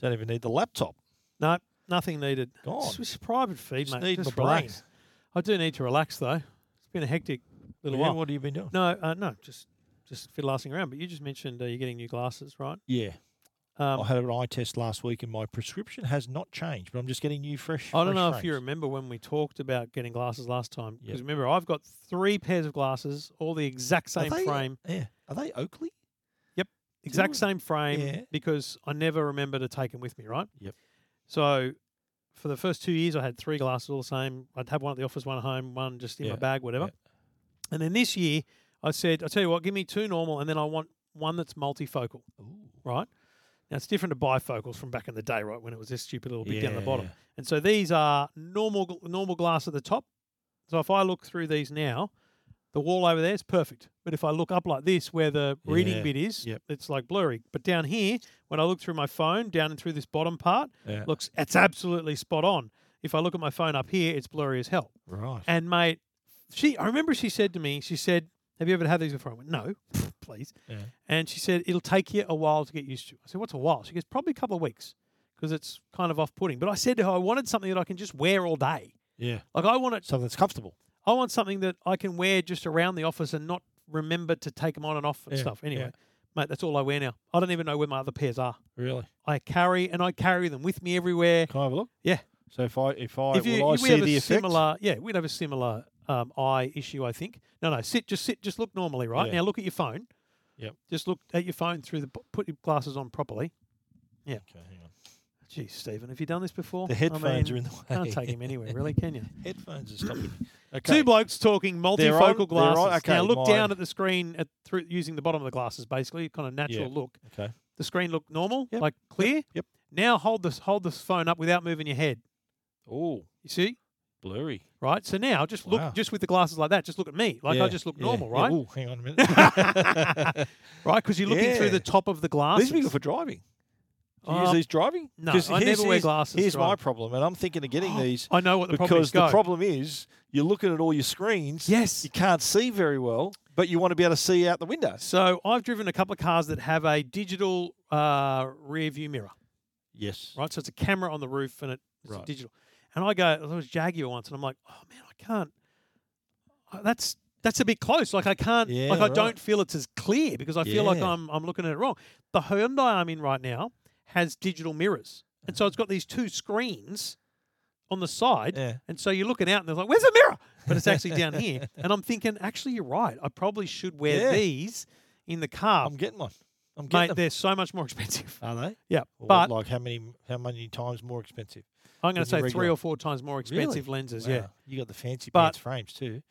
Don't even need the laptop. No, nothing needed. Gone. It's just private feed, Just mate. need just my brain. relax. I do need to relax though. It's been a hectic little Yeah, while. What have you been doing? No, uh, no, just just fiddling around. But you just mentioned uh, you're getting new glasses, right? Yeah, Um, I had an eye test last week, and my prescription has not changed, but I'm just getting new fresh. I don't Oh, fresh know if frames. you remember when we talked about getting glasses last time. Yep. Because remember, I've got three pairs of glasses, all the exact Are same they- uh, frame, Yeah, are they Oakley? exact we- same frame, Yeah. because I never remember to take them with me, right? Yep. So for the first two years, I had three glasses all the same. I'd have one at the office, one at home, one just in Yeah, my bag, whatever. yeah. And then this year, I said, I tell you what, give me two normal, and then I want one that's multifocal, Ooh, right? Now it's different to bifocals from back in the day, right? When it was this stupid little bit down the bottom. Yeah. And so these are normal gl- normal glass at the top. So if I look through these now, the wall over there is perfect. But if I look up like this, where the reading Yeah, bit is, yep. it's like blurry. But down here, when I look through my phone, down and through this bottom part, Yeah. looks it's absolutely spot on. If I look at my phone up here, it's blurry as hell. Right. And mate, she I remember she said to me, she said, "Have you ever had these before?" I went, "No, please." Yeah. And she said, "It'll take you a while to get used to." I said, "What's a while?" She goes, "Probably a couple of weeks because it's kind of off-putting." But I said to her, "I wanted something that I can just wear all day. Yeah. Like I want it. Something that's comfortable. I want something that I can wear just around the office and not remember to take them on and off and Yeah, stuff." yeah. Anyway, mate, that's all I wear now. I don't even know where my other pairs are. Really? I carry and I carry them with me everywhere. Can I have a look? Yeah. So if I if I if you, will I if we see have the a effect? similar, yeah, we'd have a similar um, eye issue, I think. No, no, sit, just sit, just look normally, right? Yeah. Now look at your phone. Yep. Just look at your phone through the. Put your glasses on properly. Okay, hang on. Geez, Stephen, have you done this before? The headphones are in the way. Can't take him anywhere, really, can you? Headphones are stopping me. Okay. Two blokes talking They're on- multifocal they're on- glasses. okay, now look mine- down at the screen at, through using the bottom of the glasses, basically, kind of natural look. Okay. The screen looked normal, Yep, like clear. yep. Now hold this hold this phone up without moving your head. Oh, You see? blurry. right? So now just Wow. look just with the glasses like that, just look at me. Like I just look normal, right? Right? Oh, hang on a minute. Right? Because you're looking through Yeah. the top of the glasses. these are good for driving. Do you use Uh, these driving? no, 'Cause I never here's- wear here's- glasses Here's my driving. problem, and I'm thinking of getting these I know Oh, what the problem because is. Go. the problem is you're looking at all your screens. yes. You can't see very well, but you want to be able to see out the window. So I've driven a couple of cars that have a digital uh, rear view mirror, Yes. right? So it's a camera on the roof and it, it's a Right. digital. And I go, I was Jaguar once, and I'm like, oh man, I can't. uh, That's that's a bit close. Like I can't. Yeah, like I right. don't feel it's as clear because I feel like Yeah. I'm I'm looking at it wrong. The Hyundai I'm in right now has digital mirrors, and so it's got these two screens on the side, Yeah. and so you're looking out, and they're like, "Where's the mirror?" But it's actually down here, and I'm thinking, actually, you're right. I probably should wear Yeah. these in the car, I'm getting one. I'm mate. getting them. They're so much more expensive. Are they? Yeah, Or but like how many how many times more expensive? I'm going to than your say three regular- or four times more expensive lenses. Yeah. Wow, You got the fancy But- pants frames too.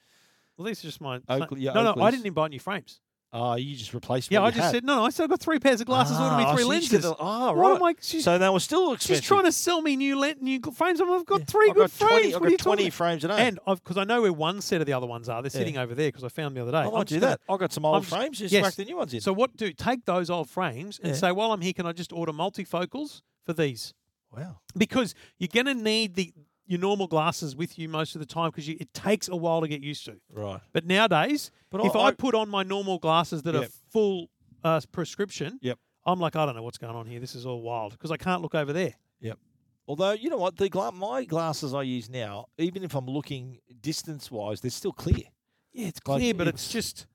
Well, these are just my Oakley- yeah, no, no. I Oakleys. didn't even buy new frames. Oh, you just replaced Yeah, what I you just had. said no, no. I still got three pairs of glasses. ah, ordered me three so you just lenses. Oh, did the- ah, right. What am I? She's, so they were still expensive. she's trying to sell me new lent, new g- frames. I'm- I've got three I've good got 20, frames. I've what are you got talking 20 about? frames a day. And I've because I know where one set of the other ones are. They're Yeah. Oh, sitting over there because I found them the other I day. might I'm do just that. I've got some old just- frames. Just yes. whack the new ones in. gonna- So what do? Take those old frames and Yeah. say, while I'm here, can I just order multifocals for these? wow. Because you're going to need the your normal glasses with you most of the time because it takes a while to get used to. Right. But nowadays, But if I- I, I- put on my normal glasses that are Yep. full uh, prescription, Yep. I'm like, I don't know what's going on here. This is all wild because I can't look over there. Although you know what, the gla- my glasses I use now, even if I'm looking distance wise, they're still clear. Yeah, it's Like, clear, but it's, it's- just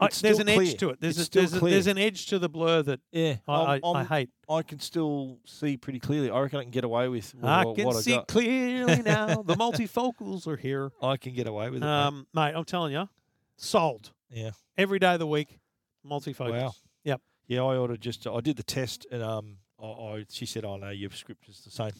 I, it's there's still an clear. edge to it. There's It's a, there's, still a, clear. there's an edge to the blur that Yeah, I, I'm- I, I I'm- hate. I can still see pretty clearly. I reckon I can get away with wh- I wh- can what see I got. clearly now. The multifocals are here, I can get away with it. mate. um, mate. I'm telling you, sold yeah, every day of the week. Multifocals. Wow. Yep. yeah. I ordered just. I did the test, and um, I, I she said, "Oh no, your script is the same."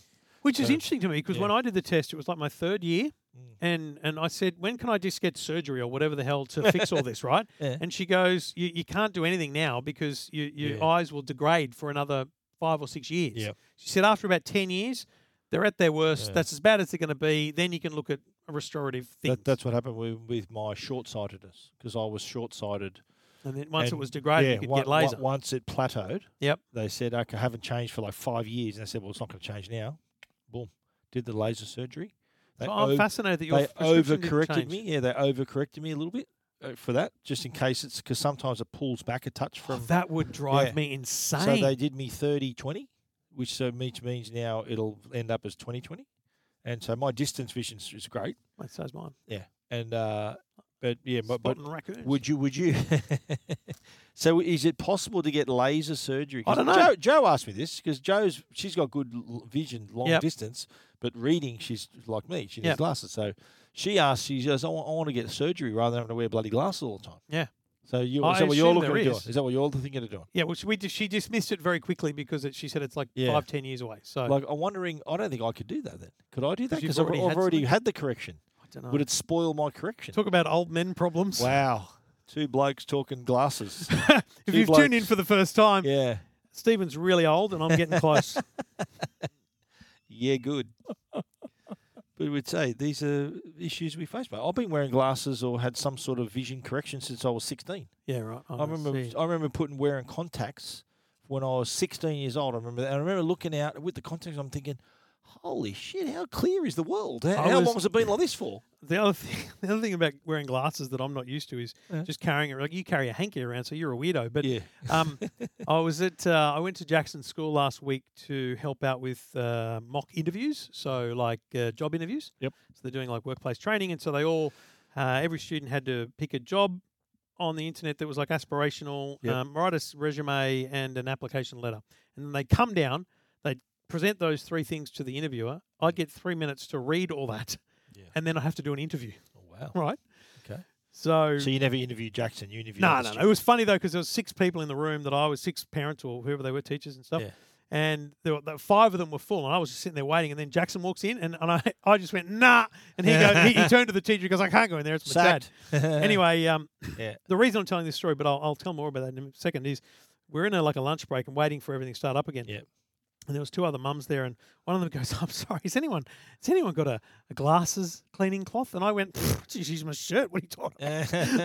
Which is So- interesting to me because yeah. when I did the test, it was like my third year, Mm. and and I said, when can I just get surgery or whatever the hell to fix all this, right? Yeah. And she goes, you, you can't do anything now because you, your Yeah. eyes will degrade for another five or six years. Yep. She said after about ten years, they're at their worst. Yeah. That's as bad as they're going to be. Then you can look at a restorative thing. That, that's what happened with, with my short sightedness because I was short sighted. and then once it and- was degraded, you could get laser. once it plateaued, Yep. they said, okay, I haven't changed for like five years. And they said, well, it's not going to change now. Boom. Did the laser surgery. They, So I'm ov- fascinated that your they prescription didn't overcorrected change. me. Yeah, they overcorrected me a little bit uh, for that, just in case it's because sometimes it pulls back a touch Oh, from. that would drive Yeah. me so insane. they did me 30 20 which so which means now it'll end up as 2020. And so my distance vision is- is great. Mate, so's mine. And uh, but yeah, but, but Spotting raccoons. would you would you? so is it possible to get laser surgery? I 'Cause don't know. Joe, Joe asked me this because Joe's she's got good l- vision long Yep. distance, but reading she's like me. She needs Yep. glasses. So she asked. She says, "I want to get surgery rather than having to wear bloody glasses all the time." Yeah. So you I is that what you're assume there looking at doing? is. Is that what you're thinking of doing? yeah, which we di- she dismissed it very quickly because it, she said it's like Yeah. five ten years away. So Like I'm wondering. I don't think I could do that. Then could I do that? Oh. you've Because I've already I've had Oh. already something? had the correction. I don't know. Would it spoil my correction? Talk about old men problems. Wow. Two blokes talking glasses. if Two you've tuned in blokes. for the first time, yeah. Stephen's really old, and I'm getting close. Yeah, good. but we'd say these are issues we face. Mate. I've been wearing glasses or had some sort of vision correction since I was 16. yeah, right. I remember Oh, oh see. I remember putting wearing contacts when I was 16 years old. I remember that. And I remember looking out with the contacts. I'm thinking, holy shit, how clear is the world? How, I how was- long has it been like this for? the other thing. The other thing about wearing glasses that I'm not used to is Yeah. just carrying it. Like you carry a hanky around, so you're a weirdo. But yeah. um, I was at uh, I went to Jackson School last week to help out with uh, mock interviews, so like uh, job interviews. Yep. So they're doing like workplace training, and so they all uh, every student had to pick a job on the internet that was like aspirational, Yep. um, write a s- resume and an application letter, and then they come down, they present those three things to the interviewer. I'd get three minutes to read all that, Yeah. and then I have to do an interview, Oh, wow. right? Okay. So So you never interviewed Jackson. You interviewed. no, other no, no. It students. was funny though because there was six people in the room that I was six parents or whoever they were, teachers and stuff. Yeah. And there were, the five of them were full, and I was just sitting there waiting. And then Jackson walks in, and, and I, I just went nah. And he, go, he, he turned to the teacher because I can't go in there. It's my Sacked. dad. Anyway, um, Yeah. the reason I'm telling this story, but I'll, I'll tell more about that in a second, is we're in a, like a lunch break and waiting for everything to start up again. Yep. And there was two other mums there, and one of them goes, "I'm sorry, has anyone, has anyone got a, a glasses cleaning cloth?" And I went, "Geez, she's my shirt. What are you talking?" about?"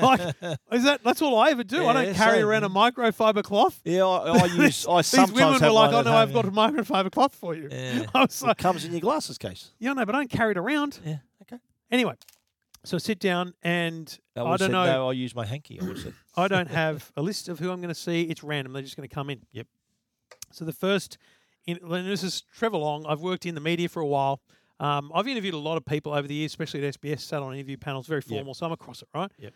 Is that that's all I ever do? I Yeah, don't carry same. around a microfiber cloth. yeah, I, I use. I These sometimes women were have like, one "Oh at no, I've home, got a microfiber cloth for you." Yeah. I was It like, comes in your glasses case. "Yeah, no, but I don't carry it around." Yeah. Okay. Anyway, so sit down, and I, I would've don't said, know. No, I use my hanky. I would've said. I don't have a list of who I'm going to see. It's random. They're just going to come in. Yep. So the first, in, and this is Trevor Long. I've worked in the media for a while. Um, I've interviewed a lot of people over the years, especially at SBS, sat on interview panels, very formal, so I'm across it, right? Yep.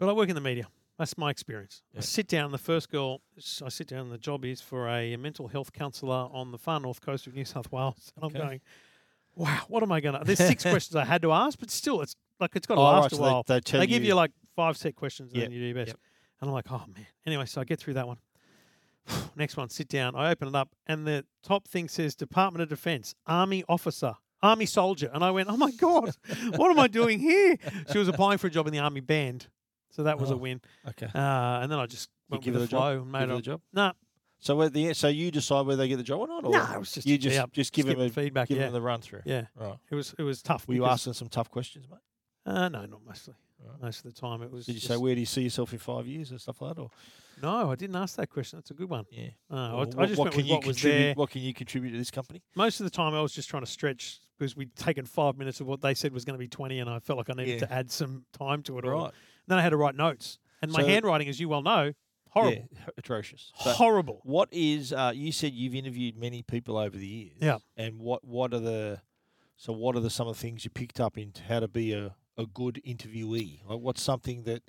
But I work in the media. That's my experience. I Yep. sit down, the first girl, s- I sit down, the job is for a mental health counsellor on the far north coast of New South Wales. And I'm Okay. going, wow, what am I going to? There's six questions I had to ask, but still, it's like it's got to Oh, right, last a so they- while they tell they give you like five set questions and Yep, then you do your best. yep. And I'm like, oh man. Anyway, so I get through that one. Next one, sit down. I open it up, and the top thing says Department of Defense, Army officer, Army soldier. And I went, oh my God, what am I doing here? She was applying for a job in the Army band. So that was Oh, a win. Okay. Uh, and then I just went give with it the a job? flow and Give made her it. the job. Nah, So at the end, so you decide whether they get the job or not, or nah, it was just you a just yeah, just give skip them a, feedback. give yeah. them the run through. yeah, Right. it was it was tough. Were you because- asking some tough questions, mate? Uh, no, not mostly. Right. Most of the time, it was. Did you say just- where do you see yourself in five years and stuff like that? Or no? I didn't ask that question. That's a good one. yeah, No, Uh, Or I- I, what, just what went can with you what was contribute? there. What can you contribute to this company? Most of the time, I was just trying to stretch because we'd taken five minutes of what they said was going to be 20, and I felt like I needed Yeah. to add some time to it. all. Right. Then I had to write notes. And my So- handwriting, as you well know, horrible. Yeah, h- atrocious. So horrible. what is? Uh, you said you've interviewed many people over the years. Yeah. And what what are the so what are the some of the things you picked up in t- how to be a, a good interviewee? Like what's something that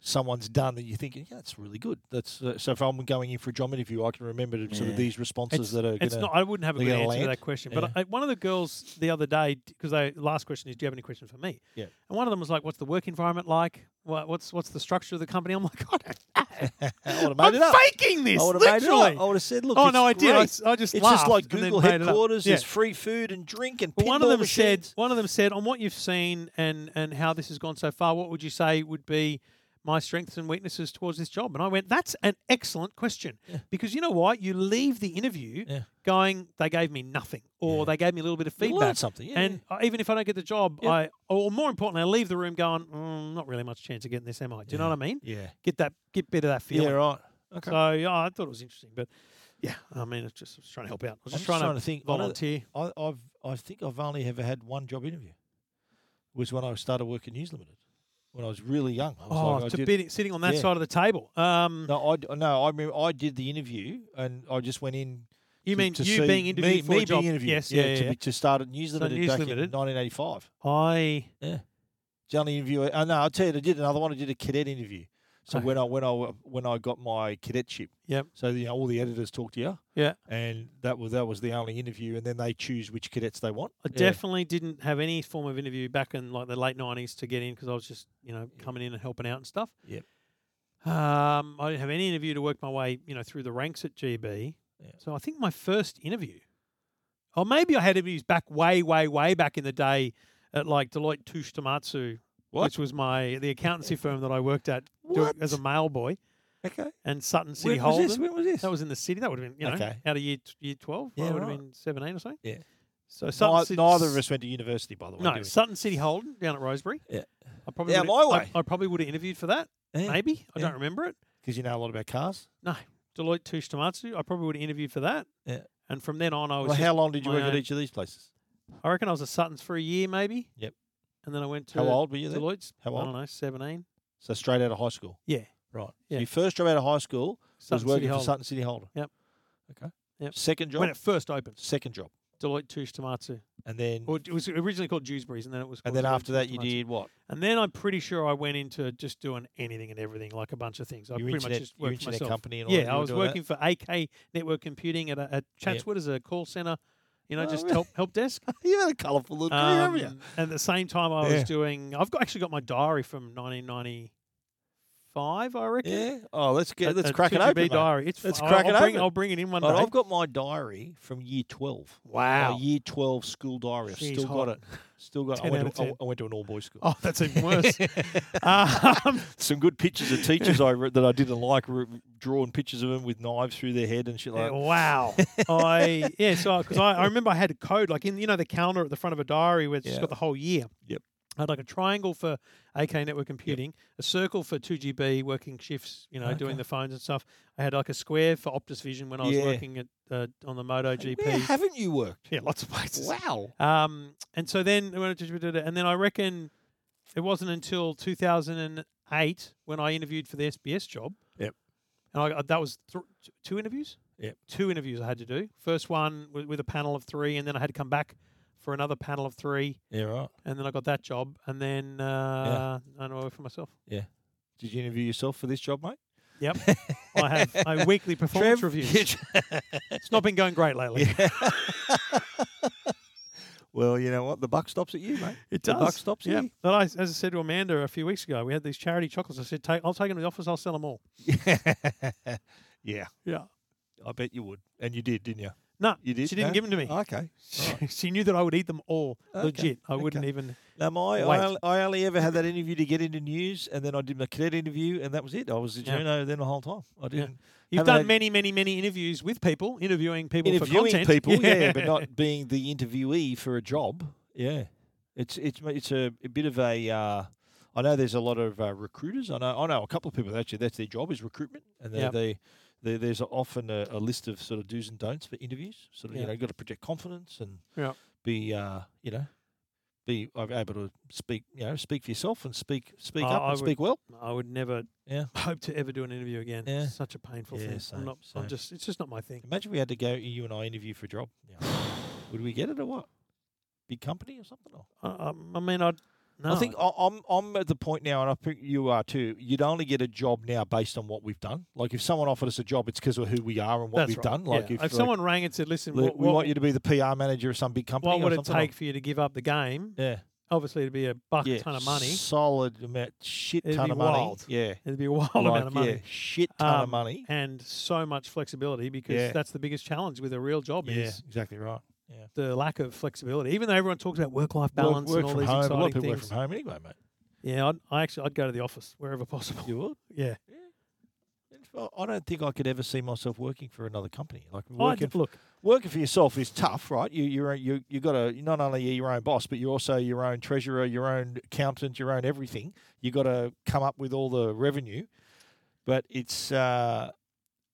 someone's done that you think yeah that's really good. That's uh, so if I'm going in for a job interview, I can remember to, sort of Yeah. these responses that are. It's gonna, not. I wouldn't have a they're good gonna answer to land. that question. But Yeah. I, one of the girls the other day, because the last question is, "Do you have any questions for me?" Yeah. And one of them was like, "What's the work environment like? What, what's what's the structure of the company?" I'm like, "I don't know. I would have I'm made it up. faking this. I would have made it literally." up. I would have said, look. oh it's no, I did. I, great. s- I just It's laughed just like and then Google made it up. headquarters. Yeah. There's free food and drink and Well, one of pinball them machines. said, one of them said, on what you've seen and and how this has gone so far, what would you say would be my strengths and weaknesses towards this job? And I went, that's an excellent question Yeah. because you know what, you leave the interview Yeah. going, they gave me nothing, or Yeah. they gave me a little bit of You learned feedback. something. Yeah, And uh, even if I don't get the job, Yeah. I or more importantly, I leave the room going, mm, not really much chance of getting this, am I? Do you know Yeah. what I mean? yeah, Get that, get bit of that yeah, feeling. right. Okay. So yeah, I thought it was interesting, but yeah, I mean, it's just I was trying to help out. I was I'm just trying, to, think. I don't- volunteer. I, I've I think I've only ever had one job interview. Was when I started working News Limited, when I was really young. I was Oh, like, I to did- be sitting on that yeah. side of the table. Um, no, I d- no, I remember I did the interview and I just went in You to- mean to you see being interviewed me, for me a job? being interviewed. Yes, yeah, yeah. to, yeah. Be, to start at News So Limited News back Limited. in 1985. I The only interview. I- Uh, no, I'll tell you, I did another one. I did a cadet interview. So Okay. when I when I when I got my cadetship, Yep. So you know, all the editors talk to you. Yeah. And that was that was the only interview, and then they choose which cadets they want. I definitely didn't have any form of interview back in like the late nineties to get in because I was just you know Yeah. coming in and helping out and stuff. Yep. Um, I didn't have any interview to work my way you know through the ranks at GB. Yeah. So I think my first interview, or maybe I had interviews back way way way back in the day at like Deloitte Touche Tomatsu, What? which was my the accountancy firm that I worked at do- What? as a mail boy, Okay. and Sutton City When was Holden. this? When was this? That was in the city. That would have been, you know, Okay. out of year t- year twelve. Yeah, I would have right. been seven, eight or something. Yeah. So Ni- Sutton City, neither of us went to university, by the way. No, did we? Sutton City Holden down at Rosebery. Yeah. I probably Down would've- my I- way. I, probably would have interviewed for that. Maybe I yeah. don't remember it. because you know a lot about cars. Deloitte Touche Tomatsu. I probably would have interviewed for that. Yeah. And from then on, I was. Well, just- how long did you my work at own- each of these places? I reckon I was at Sutton's for a year, maybe. Yep. And then I went to How old were you then? Deloitte's. How I old? don't know, seventeen. So straight out of high school. Yeah. Right. Yeah. So your first job out of high school was Sutton working City for Holden. Sutton City Holden. Yep. Okay. Yep. Second job. When it first opened, second job, Deloitte Touche Tomatsu. and then Or it was originally called Dewsbury's, and then it was. and then called Deloitte after that Touche you Tomatsu. did what? And then I'm pretty sure I went into just doing anything and everything, like a bunch of things. I Your pretty internet, much just your worked for internet myself. company and all that. Yeah, you I were was doing that? working for AK Network Computing at, a, at Chatswood as a call center, you know, Oh, just really? help help desk. you had a colourful little career, haven't you? Um, and at the same time, I was Yeah. doing. I've got, actually got my diary from 1995, I reckon. Yeah. Oh, let's get A- let's a crack it 2GB open. mate. diary. It's Let's fu- crack I'll it bring, open. I'll bring it in one Oh, day. Oh, I've got my diary from year twelve. My wow. year twelve school diary. I've Jeez, still hot. got it. Still got. it. 10 I out went of to I, 10. I went to an all boys school. Oh, that's even worse. um, Some good pictures of teachers I re- that I didn't like were drawing pictures of them with knives through their head and shit like. Yeah, that. wow. I yeah, so because I, I remember I had a code like in you know the calendar at the front of a diary where it's just Yeah. got the whole year. Yep. I had like a triangle for AK network computing, a circle for 2GB working shifts, you know, doing Okay. the phones and stuff. I had like a square for Optus Vision when I was Yeah. working at uh, on the Moto Where GP. haven't you worked? Yeah, lots of places. Wow. Um, and so then I went to- and then I reckon it wasn't until 2008 when I interviewed for the SBS job. Yep. And I, that was th- two interviews. Yep. Two interviews I had to do. First one with, with a panel of three, and then I had to come back for another panel of three, Yeah. Right. and then I got that job, and then uh, I know I work for myself. Did you interview yourself for this job, mate? I have a weekly performance Trev? review. It's not been going great lately. Yeah. well, you know what? The buck stops at you, mate. It The buck stops at Yeah. you. But I, as I said to Amanda a few weeks ago, we had these charity chocolates. I said, take, I'll take them to the office. I'll sell them all. yeah, Yeah. I bet you would, and you did, didn't you? No, You did. she didn't no? give them to me. Okay. she knew that I would eat them all. Okay, Legit. I wouldn't okay. even. Now, my Wait. I, only, I only ever had that interview to get into news, and then I did my cadet interview, and that was it. I was a Yeah. journo then the whole time. I didn't You've Haven't done had- many, many, many interviews with people, interviewing people for interviewing content. people, yeah. but not being the interviewee for a job. Yeah, it's it's it's a, a bit of a. Uh, I know there's a lot of uh, recruiters. I know I know a couple of people that actually that's their job is recruitment, and they, Yep. they, they there's often a, a list of sort of do's and don'ts for interviews. Sort of Yeah. you know you've got to project confidence and Yep. be uh, you know be uh, able to speak you know speak for yourself and speak speak Oh, up I and would- speak well. I would never Yeah. hope to ever do an interview again. Yeah. It's such a painful Yeah, thing. same, I'm not, I'm same. just, it's just not my thing. Imagine we had to go you and I interview for a job. Yeah. Would we get it or what? Big company or something or? I, I- I mean, I'd, no. I think I- I'm I'm at the point now, and I think you are too. You'd only get a job now based on what we've done. Like if someone offered us a job, it's because of who we are and what that's we've right. done. Like Yeah. if, like, someone rang and said, listen, we, what, we what, want you to be the PR manager of some big company, what or would it something, take for you to give up the game? Yeah, Obviously, it'd be a buck yeah, ton of money. solid amount, shit It'd ton be of money. wild. Yeah, It'd be a wild Like, amount of money. Yeah, shit ton Um, of money. And so much flexibility because Yeah. that's the biggest challenge with a real job Yeah, is exactly right. the lack of flexibility. Even though everyone talks about work-life balance work, and all from these home. A lot of exciting people work things, from home anyway, mate. yeah, I'd, I actually I'd go to the office wherever possible. You would. Yeah, Well, I don't think I could ever see myself working for another company. Like I working just, look, working for yourself is tough, right? You you're you you got to not only are you your own boss, but you're also your own treasurer, your own accountant, your own everything. You got to come up with all the revenue, but it's uh,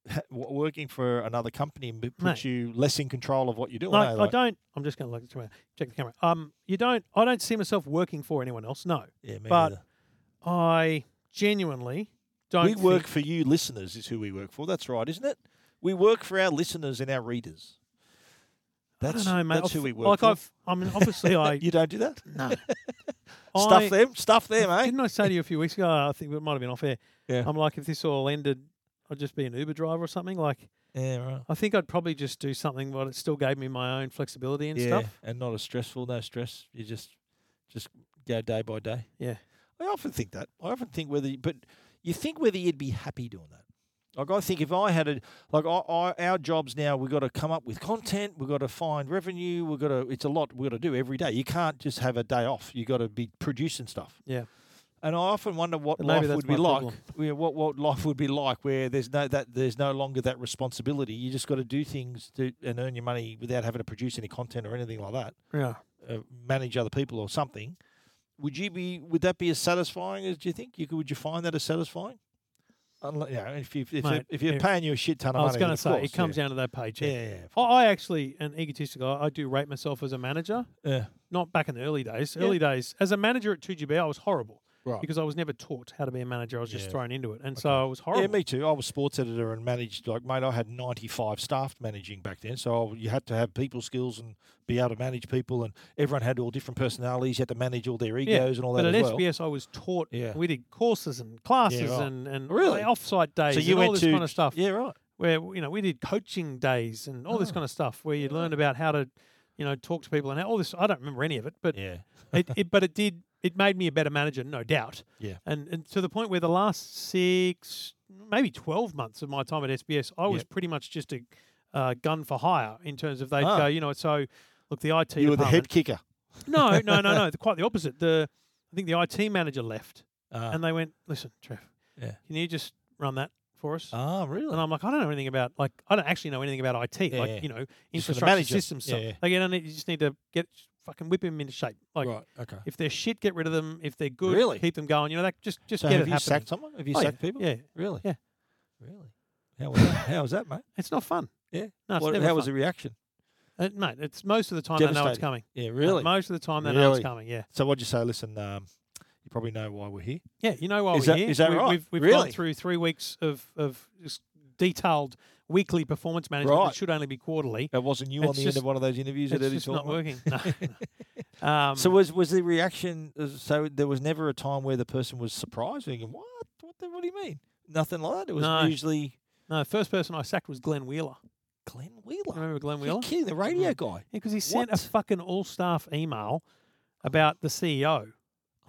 w- working for another company m- puts you less in control of what you're doing. no, eh? I Like- don't. I'm just going to look at the camera. Check the camera. Um, you don't. I don't see myself working for anyone else. No, yeah, me but neither. I genuinely don't. we work think- for you, listeners, is who we work for. That's right, isn't it? We work for our listeners and our readers. That's, I don't know, mate. that's I've- who we work like for. I've, I mean, obviously I You don't do that? no. I- Stuff them. Stuff them, eh? Didn't I say to you a few weeks ago? I think it might have been off air. Yeah. I'm like, if this all ended, I'd just be an Uber driver or something. Like, eh? Yeah, right. I think I'd probably just do something, but it still gave me my own flexibility and yeah, stuff. and not as stressful, no stress. You just just go day by day. Yeah. I often think that. I often think whether, but you think whether you'd be happy doing that. Like I think if I had a like I, I, our jobs now, we've got to come up with content, we've got to find revenue, we've got to. It's a lot we've got to do every day. You can't just have a day off. You've got to be producing stuff. Yeah. And I often wonder what But maybe life that's would my be like. problem. yeah, What what life would be like where there's no that there's no longer that responsibility. You just got to do things to and earn your money without having to produce any content or anything like that. Yeah. Uh, manage other people or something. Would you be? Would that be as satisfying as do you think? You could, would you find that as satisfying? Unless, you know, if you if, you're- Mate, if you're it- paying you a shit ton of I money, was going to of say course, it comes down to that Yeah, paycheck. yeah, yeah, I, I actually, and egotistical, I, I do rate myself as a manager. yeah. Not back in the early days. Yeah. Early days as a manager at 2GB, I was horrible Right. because I was never taught how to be a manager. I was just Yeah. thrown into it, and so I was horrible. Yeah, me too. I was sports editor and managed like mate. I had ninety five staff managing back then, so I- you had to have people skills and be able to manage people, and everyone had all different personalities. You had to manage all their egos and all but that at as well. SBS, I was taught. Yeah. We did courses and classes right. and and Really? offsite days. so you and went all this to kind of stuff. Yeah, right. where you know we did coaching days and all this Oh. kind of stuff where you learn about how to you know talk to people and how- all this i don't remember any of it but Yeah, it, it but it did it made me a better manager no doubt Yeah. and, and to the point where the last six maybe 12 months of my time at sbs i was Yep. pretty pretty much just a uh, gun for hire in terms of they'd Ah. go you know so look the it you were the head department- kicker. no no no no quite the opposite the i think the it manager left Ah, and they went listen trev Yeah. can you just run that for us ah, really? and I'm like, I don't know anything about like I don't actually know anything about IT, Yeah, like yeah. you know, Just for the infrastructure manager. systems. stuff. Yeah, yeah. Like you don't need, you just need to get fucking whip them into shape. Like right. Okay. if they're shit, get rid of them. If they're good, Really? keep them going. You know, that just just So get have it you happening. sacked someone? Have you Oh, yeah. sacked people? Yeah, Really? Yeah. Really? How was that? How was that, mate? it's not fun. Yeah. no, it's What- never how fun. was the reaction? Uh, mate, it's most of the time they know it's Devastating. coming. Yeah, Like, really. most of the time they know Really? it's coming. Yeah, so what'd you say? Listen, um, you probably know why we're here. yeah. You know why Is we're that- here? is that we, right? We've, we've Really? gone through three weeks of of just detailed weekly performance management. Right. It should only be quarterly. That wasn't you on It's the end just- of one of those interviews that It's Eddie just not talking about? working. No. no. um, So was was the reaction? uh, So there was never a time where the person was surprised, thinking, "What? What, the, what do you mean? Nothing like that." It was No. usually no, the first person I sacked was Glenn Wheeler. Glenn Wheeler. Remember Glenn You're Wheeler? Mm. kidding, the radio guy. Yeah, because he sent What? a fucking all staff email about the E CEO,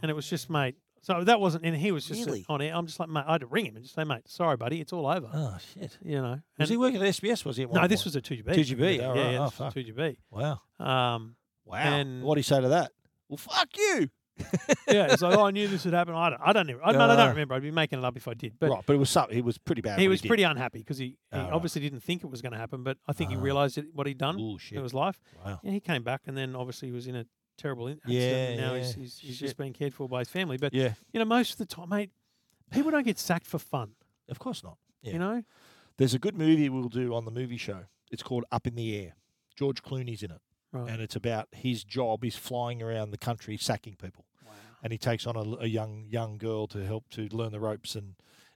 and it was just mate. So that wasn't, and he was just Really? on it. I'm just like, mate, I had to ring him and just say, mate, sorry, buddy, it's all over. Oh shit! you know, Was and he working at SBS? Was he? At one no, this point? was a 2GB. 2GB, yeah, all right. yeah, Oh, this fuck. was 2GB. wow, Um, wow. and- what do you say to that? Well, fuck you. yeah, it's like, oh, I knew this would happen. I don't, I don't, even- I, no, I No. don't remember. I'd be making it up if I did, but right, but it was something. It was pretty bad. he what was did. pretty unhappy because he, he Oh, right. obviously didn't think it was going to happen, but I think he Ah. realised it, what he'd done. Ooh, It shit. was life. wow. Yeah, he came back, and then obviously he was in a terrible in- Yeah, accident. and now he's, yeah, he's, he's just being cared for by his family. But Yeah, you know, most of the time, mate, people don't get sacked for fun. of course not. Yeah. You know, There's a good movie we'll do on the movie show. It's called Up in the Air. George Clooney's in it, right? and it's about his job is flying around the country sacking people. wow. and he takes on a, l- a young young girl to help to learn the ropes and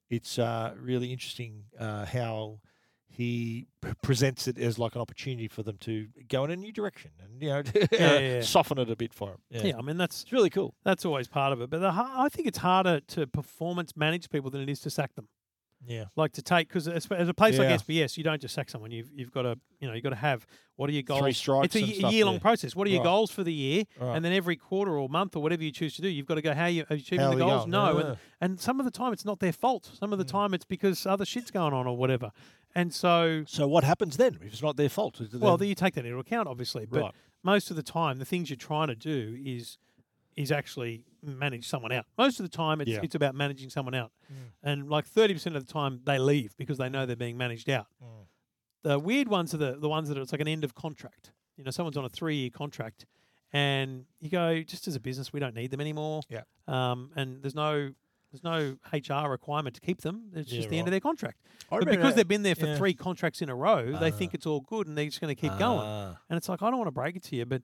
it's uh, really interesting uh, how he p- presents it as like an opportunity for them to go in a new direction and you know Yeah, yeah, yeah. soften it a bit for him yeah. Yeah. I mean that's it's really cool that's always part of it. But the, har- I think it's harder to performance manage people than it is to sack them. yeah Like to take because as as a place Yeah. like SBS, you don't just sack someone. You've you've got to you know you got to have what are your goals? three strikes it's a, and stuff, year long yeah. process. What are your Right. goals for the year? Right. And then every quarter or month or whatever you choose to do, you've got to go how you achieving How the are they goals. going? Ah. No, Yeah. Mm. and, and some of the time it's not their fault. Some of the time it's because other shit's going on or whatever. And so, so what happens then if it's not their fault Is it well, then- you take that into account, obviously. But Right. most of the time, the things you're trying to do is is actually manage someone out. Most of the time, it's Yeah. it's about managing someone out. Mm. And like thirty percent of the time, they leave because they know they're being managed out. Mm. The weird ones are the, the ones that it's like an end of contract. You know, someone's on a three year contract and you go, just as a business, we don't need them anymore. Yeah. Um, and there's no there's no HR requirement to keep them. It's Yeah, just the end right. of their contract. I But remember because that- they've been there for yeah. three contracts in a row, they Ah. think it's all good and they're just going to keep going. Ah, And it's like, I don't want to break it to you, but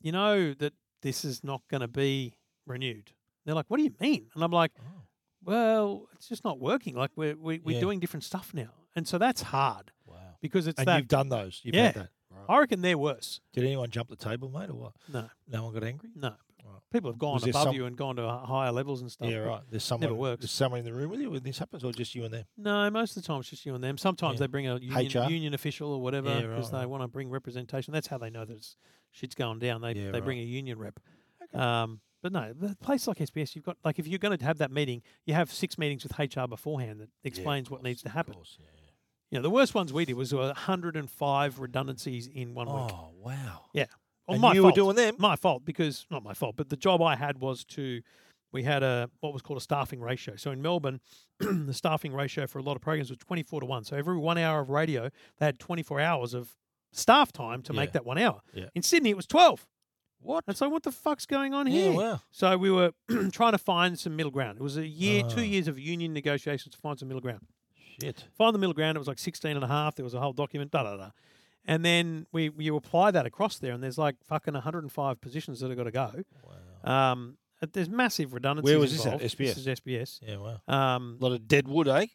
you know that this is not going to be renewed. They're like, what do you mean? And I'm like, oh, well, it's just not working. Like we're we, we're Yeah. doing different stuff now, and so that's hard wow because it's and that. you've done those you've Yeah. had that right. I reckon they're worse. Did anyone jump the table, mate, or what? No, No one got angry. no. Right. People have gone Was there above some- you and gone to h- higher levels and stuff. yeah, but right. There's someone. works. There's someone in the room with you when this happens, or just you and them. No, most of the time it's just you and them. Sometimes Yeah. they bring a union, HR. union official or whatever Yeah, because right, right. they want to bring representation. That's how they know that it's, shit's going down. They Yeah, they bring a union rep. Um, but no, the place like SBS, you've got like if you're going to have that meeting, you have six meetings with HR beforehand that explains what needs to happen. You know, the worst ones we did was uh, 105 redundancies in one week. Oh wow. Yeah. Well, and my you fault. were doing them. my fault because not my fault, but the job I had was to we had a what was called a staffing ratio. So in Melbourne, the staffing ratio for a lot of programs was twenty four to one. So every one hour of radio, they had twenty four hours of staff time to make Yeah. that one hour. Yeah. In Sydney, it was twelve. What? And so what the fuck's going on Yeah. here? Wow. So we were trying to find some middle ground. It was a year, Ah. two years of union negotiations to find some middle ground. Shit. Find the middle ground. It was like 16 and a half. There was a whole document, da da da. And then we you apply that across there, and there's like fucking 105 positions that have got to go. Wow. Um, uh, there's massive redundancies. Where was this at? involved. SBS? This is SBS. Yeah. Wow. Um, A lot of dead wood, eh?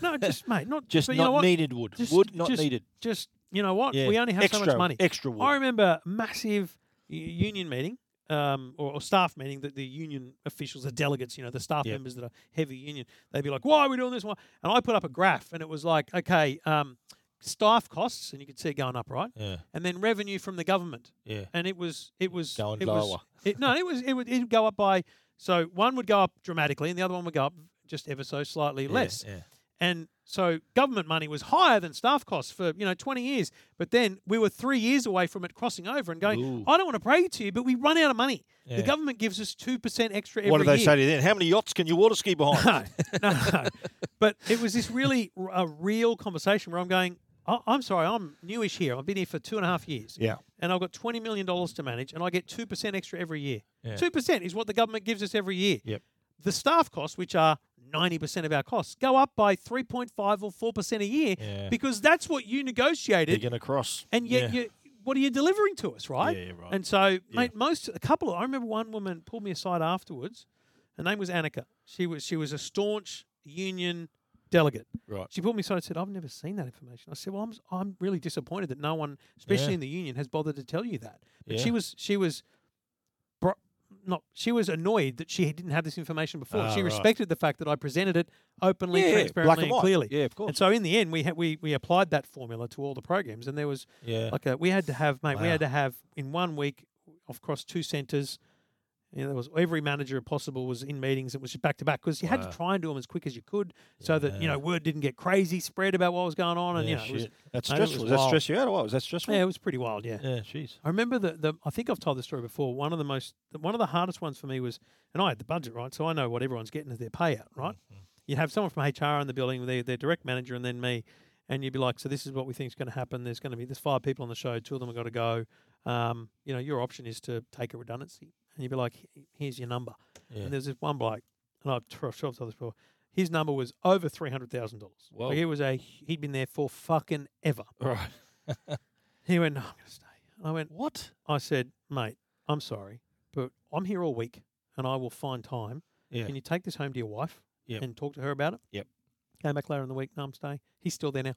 no, just mate, not Just but not you know what? needed wood. Just- wood not just- needed. Just you know what? Yeah. We only have extra, so much money. Extra wood. I remember a massive u- union meeting. Um, or, or staff meeting that the union officials, the delegates, you know, the staff Yep. members that are heavy union, they'd be like, "Why are we doing this?" Why? And I put up a graph, and it was like, "Okay, um, staff costs," and you could see it going up, right? yeah. And then revenue from the government, Yeah. and it was it was Going it was lower. it, no, it was it would it'd go up by so one would go up dramatically and the other one would go up just ever so slightly Yeah, less. Yeah. And so government money was higher than staff costs for you know twenty years. But then we were three years away from it crossing over and going. Ooh. I don't want to pray to you, but we run out of money. Yeah. The government gives us two percent extra every What do they year. say to you then? How many yachts can you water ski behind? No, no, no. But it was this really r- a real conversation where I'm going. I- I'm sorry, I'm newish here. I've been here for two and a half years Yeah. and I've got twenty million dollars to manage, and I get two percent extra every year. Yeah. Two percent is what the government gives us every year. Yep. The staff costs, which are ninety percent of our costs, go up by three point five or four percent a year Yeah. because that's what you They're negotiated, going to cross. and yet yeah. you. What are you delivering to us, right? Yeah, yeah, right. And so, mate, most a couple. Of, I remember one woman pulled me aside afterwards. Her name was Annika. She was she was a staunch union delegate. Right. She pulled me aside and said, I've never seen that information. I said, Well, I'm, s- I'm really disappointed that no one, especially Yeah. in the union, has bothered to tell you that. But Yeah. she was, she was, bro- not, she was annoyed that she didn't have this information before. Ah, she right. respected the fact that I presented it openly, Yeah, yeah, black transparently, and and, white. clearly. Yeah, of course. And so in the end, we, ha- we, we applied that formula to all the programs. And there was Yeah. like a, we had to have, mate, we Wow. had to have in one week, of course, two centres. You know, there was every manager possible was in meetings. It was just back to back because you had Wow. to try and do them as quick as you could, so that you Yeah. know word didn't get crazy spread about what was going on. And yeah, you know, it was, shit. That's I know it was stressful. Does that wild. stress you out or what? Was that stressful? yeah, it was pretty wild. Yeah, Yeah, jeez. I remember the, the I think I've told this story before. One of the most the- one of the hardest ones for me was, and I had the budget right, so I know what everyone's getting as their payout. Right, Mm-hmm. you'd have someone from HR in the building, their their direct manager, and then me, and you'd be like, so this is what we think is going to happen. There's going to be there's five people on the show, two of them have got to go. Um, you know, your option is to take a redundancy, and you'd be like, "He- here's your number. Yeah. And there's this one bloke, and I've tr- I've told this before. His number was over three hundred thousand dollars. Whoa. Like he was a he'd been there for fucking ever. Right. He went, no, I'm going to stay. And I went. What? I said, mate, I'm sorry, but I'm here all week and I will find time. Yeah. Can you take this home to your wife Yep. and talk to her about it? Yep. Came back later in the week. No, I'm staying. He's still there now.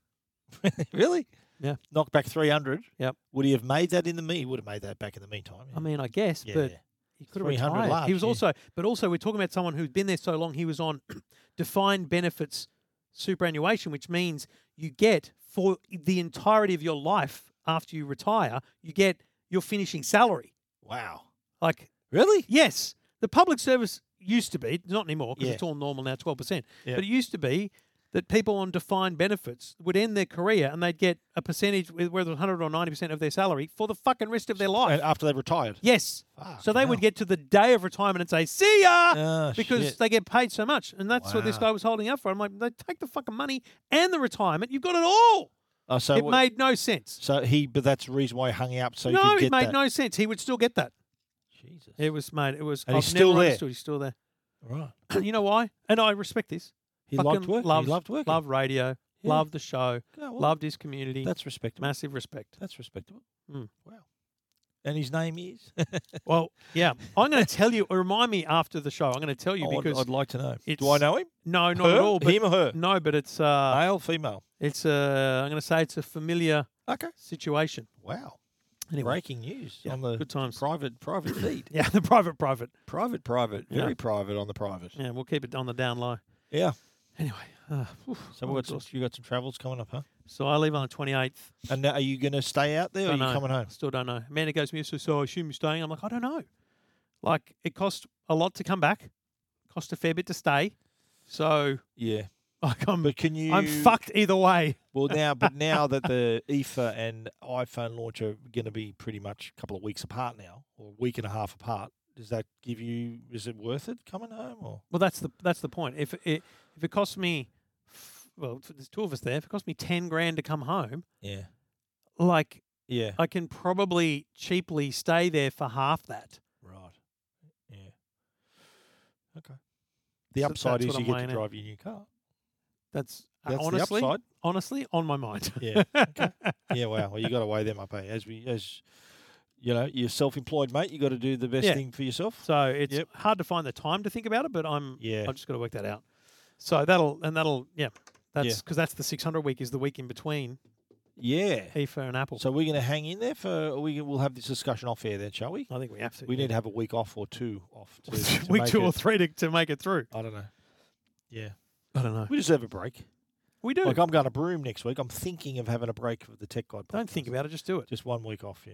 really? Yeah. Knock back 300. Yep. Would he have made that in the me? He would have made that back in the meantime. I mean, I guess, yeah. but he could have 300 retired. large, he was yeah. also, but also we're talking about someone who's been there so long. He was on defined benefits superannuation, which means you get for the entirety of your life after you retire, you get your finishing salary. wow. Like Really? Yes, the public service used to be not anymore because Yeah. it's all normal now, twelve percent. Yeah. But it used to be that people on defined benefits would end their career and they'd get a percentage, wh- whether it was hundred or ninety percent of their salary, for the fucking rest of their life. And after they've retired. yes, Fuck so they would hell. get to the day of retirement and say, "See ya." Ah, because shit. they get paid so much, and that's what this Wow. guy was holding up for. I'm like, they take the fucking money and the retirement. You've got it all. Oh, so it what- made no sense. So he, but that's the reason why he hung out. So he no, could get it made that. no sense. He would still get that. Jesus. It was, mate. It was. And he's I've still never there. understood. He's still there. Right. you know why? And I respect this. He Fucking loved work. loves- he loved work. Loved radio, Yeah. loved the show, Yeah, well, loved his community. That's respectable. Massive respect. That's respectable. Mm. Wow. And his name is. Well, yeah. I'm going to tell you, or remind me after the show. I'm going to tell you I would- because Oh, I'd like to know. Do I it's- know him? no, not at Her? all. But him or her? no, but it's uh, Male, female. it's uh, I'm going to say it's a familiar Okay. situation. Wow. Anyway, Breaking news yeah, on the good times. private private feed. Yeah, the private, private. private, private. Yeah. Very private on the private. Yeah, we'll keep it on the down low. Yeah. Anyway, uh, whew, So I'm we've got some, exhausted. you got some travels coming up, huh? so I leave on the 28th. And now, are you going to stay out there or are Don't you know. coming home? Still don't know. Amanda goes to me, so, so I assume you're staying. I'm like, I don't know. Like, it cost a lot to come back, cost a fair bit to stay. So, Yeah. like, I'm, But can you? I'm fucked either way. Well, now, but now that the IFA and iPhone launch are going to be pretty much a couple of weeks apart now, or a week and a half apart, does that give you? Is it worth it coming home or? Well, that's the that's the point. If it if it costs me, f- well, f- there's two of us there. If it costs me ten grand to come home, Yeah. like Yeah. I can probably cheaply stay there for half that. Right. Yeah. Okay. The So upside that's is you what I'm get weighing to in. drive your new car. That's, uh, That's honestly, the upside. honestly, on my mind. Yeah. Yeah. Wow. Well, you got to weigh them up, eh? As we as you know, you're self-employed, mate. You got to do the best Yeah. thing for yourself. so it's Yep. hard to find the time to think about it, but I'm Yeah. I've just got to work that out. So that'll and that'll yeah. That's because that's the 600 week is the week in between Yeah. EFA and Apple. So we're going to hang in there for we we'll have this discussion off air then, shall we? I think we have to. We need to have a week off or two off to, to week make two or it- three to, to make it through. I don't know. Yeah, I don't know. we deserve a break. We do. Like I'm going to Broome next week. I'm thinking of having a break for the Tech Guide. don't think podcast. about it. Just do it. just one week off. Yeah.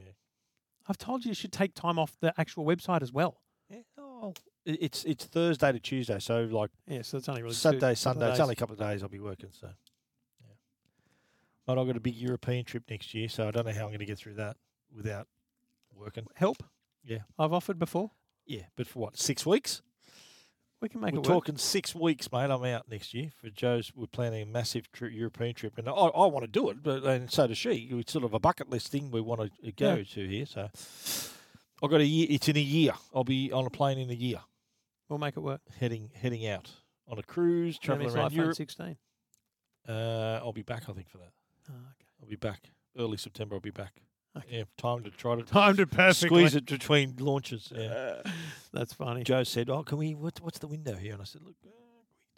I've told you you should take time off the actual website as well. Yeah. Oh, it- it's it's Thursday to Tuesday, so like Yeah, so it's only really two- Saturday, couple of Sunday. It's days. only a couple of days I'll be working. So, yeah. But I've got a big European trip next year, so I don't know how I'm going to get through that without working. help. Yeah. I've offered before. Yeah, but for what six weeks? We can make we're it work. talking six weeks, mate. I'm out next year for Joe's. We're planning a massive trip, European trip, and I, I want to do it, but and so does she. It's sort of a bucket list thing we want to go Yeah. to here. So I've got a year. It's in a year. I'll be on a plane in a year, We'll make it work. heading heading out on a cruise, Maybe traveling it's around iPhone Europe. 16. Uh, I'll be back. I think for that. Oh, okay. I'll be back early September. I'll be back. Okay. Yeah, time to try to Timed it perfectly. squeeze it between launches. Yeah. That's funny. Joe said, "Oh, can we? What, what's the window here?" And I said, "Look, uh,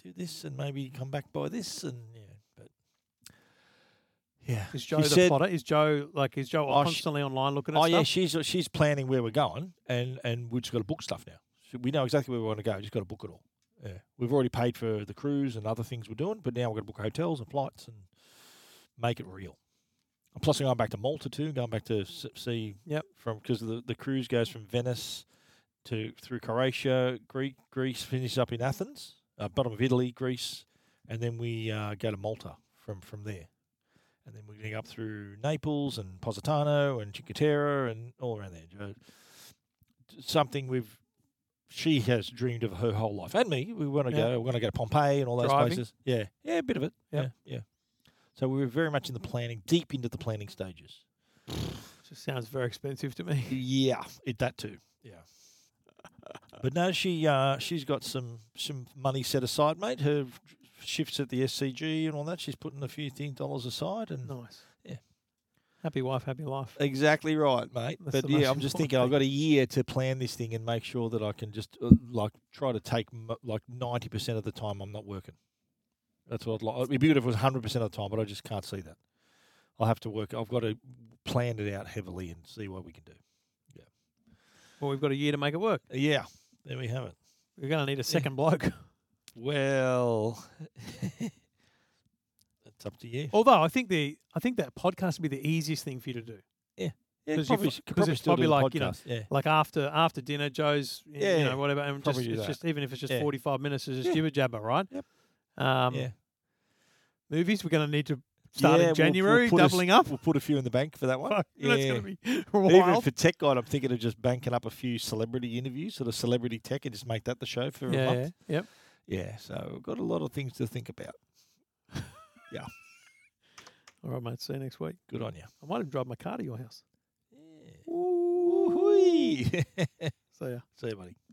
we do this, and maybe come back by this, and yeah, but yeah." Is Joe He the said- plotter? Is Joe like is Joe Oh, sh- constantly online looking at Oh stuff? yeah, she's she's planning where we're going, and and we've just got to book stuff now. So we know exactly where we want to go. Just got to book it all. Yeah, we've already paid for the cruise and other things we're doing, but now we're going to book hotels and flights and make it real. And plus, I'm going back to Malta too. Going back to s- see Yep. from because the the cruise goes from Venice to through Croatia, Greek, Greece, finishes up in Athens, uh, bottom of Italy, Greece, and then we uh, go to Malta from from there and then we're going up through Naples and Positano and Cinque Terre and all around there. Uh, Something we've she has dreamed of her whole life, and me. We want to Yeah. go. We're going to go to Pompeii and all those Driving. places. Yeah, yeah, a bit of it. Yep. Yeah, yeah. So we were very much in the planning, deep into the planning stages. Just sounds very expensive to me. Yeah, it, that too. Yeah. but no, she uh, she's got some some money set aside, mate. Her shifts at the SCG and all that. She's putting a few thing dollars aside, and Nice. Yeah. Happy wife, happy life. Exactly right, mate. That's the but yeah, most I'm just thinking important I've got a year to plan this thing and make sure that I can just uh, like try to take m- like 90% of the time I'm not working. That's what I'd like. It'd be beautiful if it was 100% of the time, but I just can't see that. I'll have to work. I've got to plan it out heavily and see what we can do. Well, we've got a year to make it work. Yeah, there we have it. We're going to need a second bloke. Well, it's up to you. Although I think the I think that podcast would be the easiest thing for you to do. Yeah, 'Cause probably, you f- could 'cause probably it's still do probably the like, you know, podcast, yeah. like after after dinner, Joe's Yeah, y- you yeah. know whatever, and just Probably do it's that. just even if it's just Yeah. forty five minutes, it's just Yeah. jibber jabber, right? Yep. Um, yeah. Movies, we're going to need to start Yeah, in we'll- we'll January, put a s- doubling up. We'll put a few in the bank for that one. That's Yeah. going to be Even wild. for Tech Guide, I'm thinking of just banking up a few celebrity interviews, sort of celebrity tech, and just make that the show for a yeah, yeah, month. yep. Yeah, so we've got a lot of things to think about. All right, mate. See you next week. Good on you. I might even drive my car to your house. Yeah. Ooh-hoo-wee. So yeah. See you, buddy.